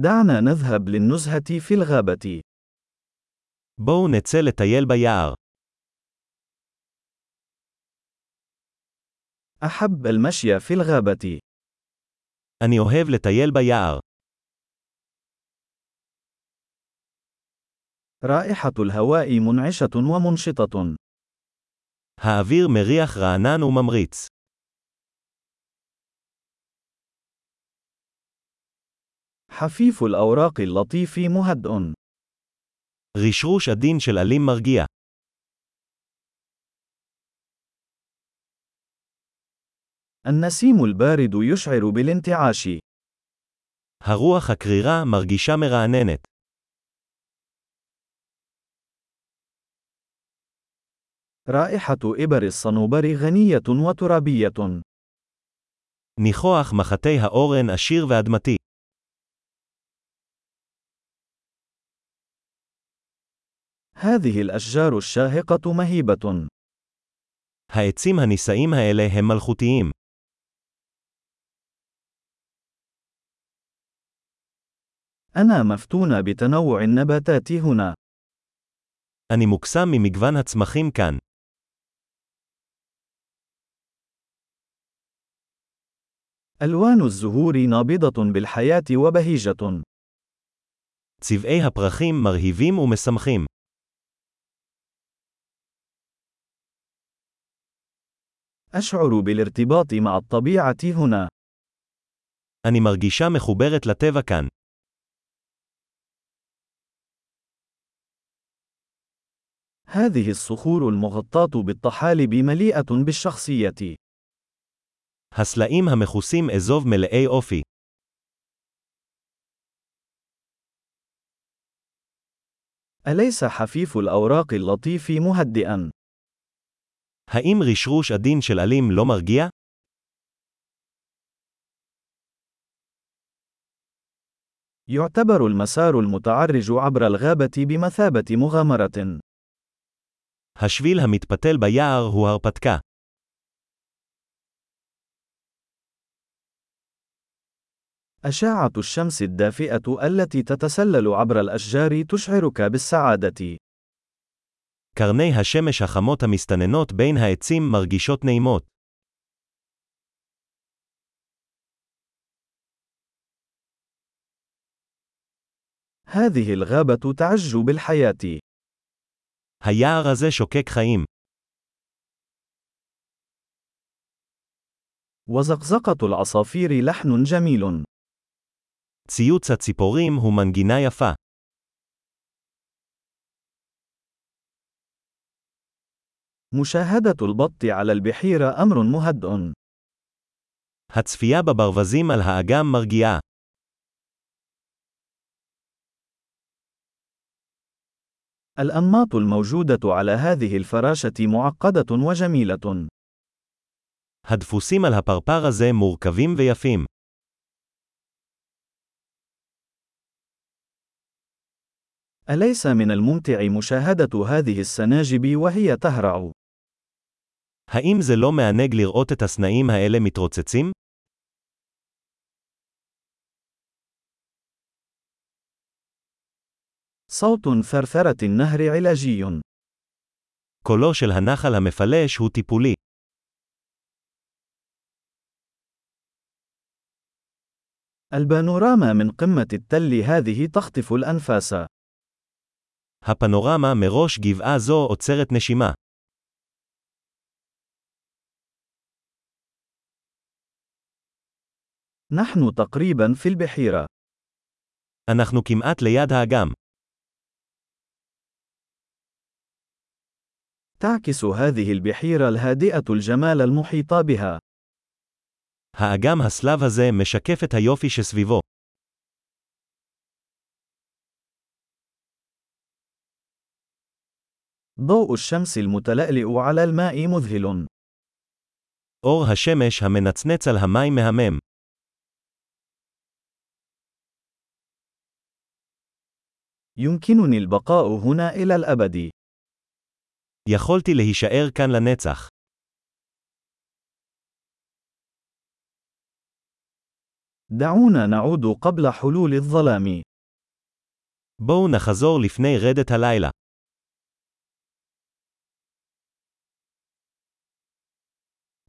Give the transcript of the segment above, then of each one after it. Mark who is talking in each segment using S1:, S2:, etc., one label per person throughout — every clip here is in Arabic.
S1: دعنا نذهب للنزهة في الغابة.
S2: בואו נצא לטייל ביער.
S1: أحب المشي في الغابة.
S2: אני אוהב לטייל ביער.
S1: رائحة الهواء منعشة ومنشطة.
S2: האוויר מריח רענן וממריץ.
S1: حفيف الأوراق اللطيف مهدئ.
S2: רשרוש עדין של עלים מרגיע.
S1: النسيم البارد يشعر بالانتعاش.
S2: הרוח הקרירה מרגישה מרעננת.
S1: رائحة إبر الصنوبر غنية وترابية.
S2: ניחוח מחטי האורן עשיר ואדמתי.
S1: هذه الأشجار الشاهقة مهيبة.
S2: העצים הנישאים האלה הם מלכותיים.
S1: أنا مفتون بتنوع النباتات هنا.
S2: אני מוקסם ממגוון הצמחים כאן.
S1: ألوان الزهور نابضة بالحياة وبهيجة.
S2: צבעי הפרחים מרהיבים ומשמחים.
S1: أشعر بالارتباط مع الطبيعة هنا.
S2: אני מרגישה מחוברת לטבע כאן.
S1: هذه الصخور المغطاة بالطحالب مليئة بالشخصية.
S2: הסלעים המכוסים אזוב מלאי אופי.
S1: أليس حفيف الأوراق اللطيف مهدئًا؟
S2: האם רשרוש עדין של עלים לא מרגיע?
S1: يعتبر المسار المتعرج عبر الغابة بمثابة مغامرة.
S2: השביל המתפתל ביער הוא הרפתקה.
S1: أشعة الشمس الدافئة التي تتسلل عبر الأشجار تشعرك بالسعادة.
S2: קרני השמש החמות המסתננות בין העצים מרגישות נעימות.
S1: هذه الغابة تعج بالحياة.
S2: היער הזה שוקק חיים.
S1: وزقزقة العصافير لحن جميل.
S2: ציוץ הציפורים הוא מנגינה יפה.
S1: مشاهدة البط على البحيرة أمر مهدئ.
S2: הצפייה בברווזים על האגם מרגיעה.
S1: الأنماط الموجودة على هذه الفراشة معقدة وجميلة.
S2: הדפוסים על הפרפר הזה מורכבים ויפים.
S1: أليس من الممتع مشاهدة هذه السناجب وهي تهرع؟
S2: האם זה לא מענג לראות את הסנאים האלה מתרוצצים?
S1: صوت ثرثرة النهر علاجي.
S2: קולו של הנחל המפלש הוא טיפולי.
S1: البانوراما من قمة التل هذه تخطف الأنفاس.
S2: הפנורמה מראש גבעה זו עוצרת נשימה.
S1: نحن تقريبا في البحيرة.
S2: אנחנו כמעט ליד האגם.
S1: تعكس هذه البحيرة الهادئة الجمال المحيط بها.
S2: האגם הסלב הזה משקף את היופי שסביבו.
S1: ضوء الشمس المتلألئ على الماء مذهل.
S2: אור השמש המנצנץ על המים מהמם.
S1: يمكنني البقاء هنا إلى الأبد.
S2: יכולתי להישאר כאן לנצח.
S1: دعونا نعود قبل حلول الظلام.
S2: בואו נחזור לפני רדת הלילה.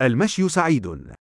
S3: المشي سعيد.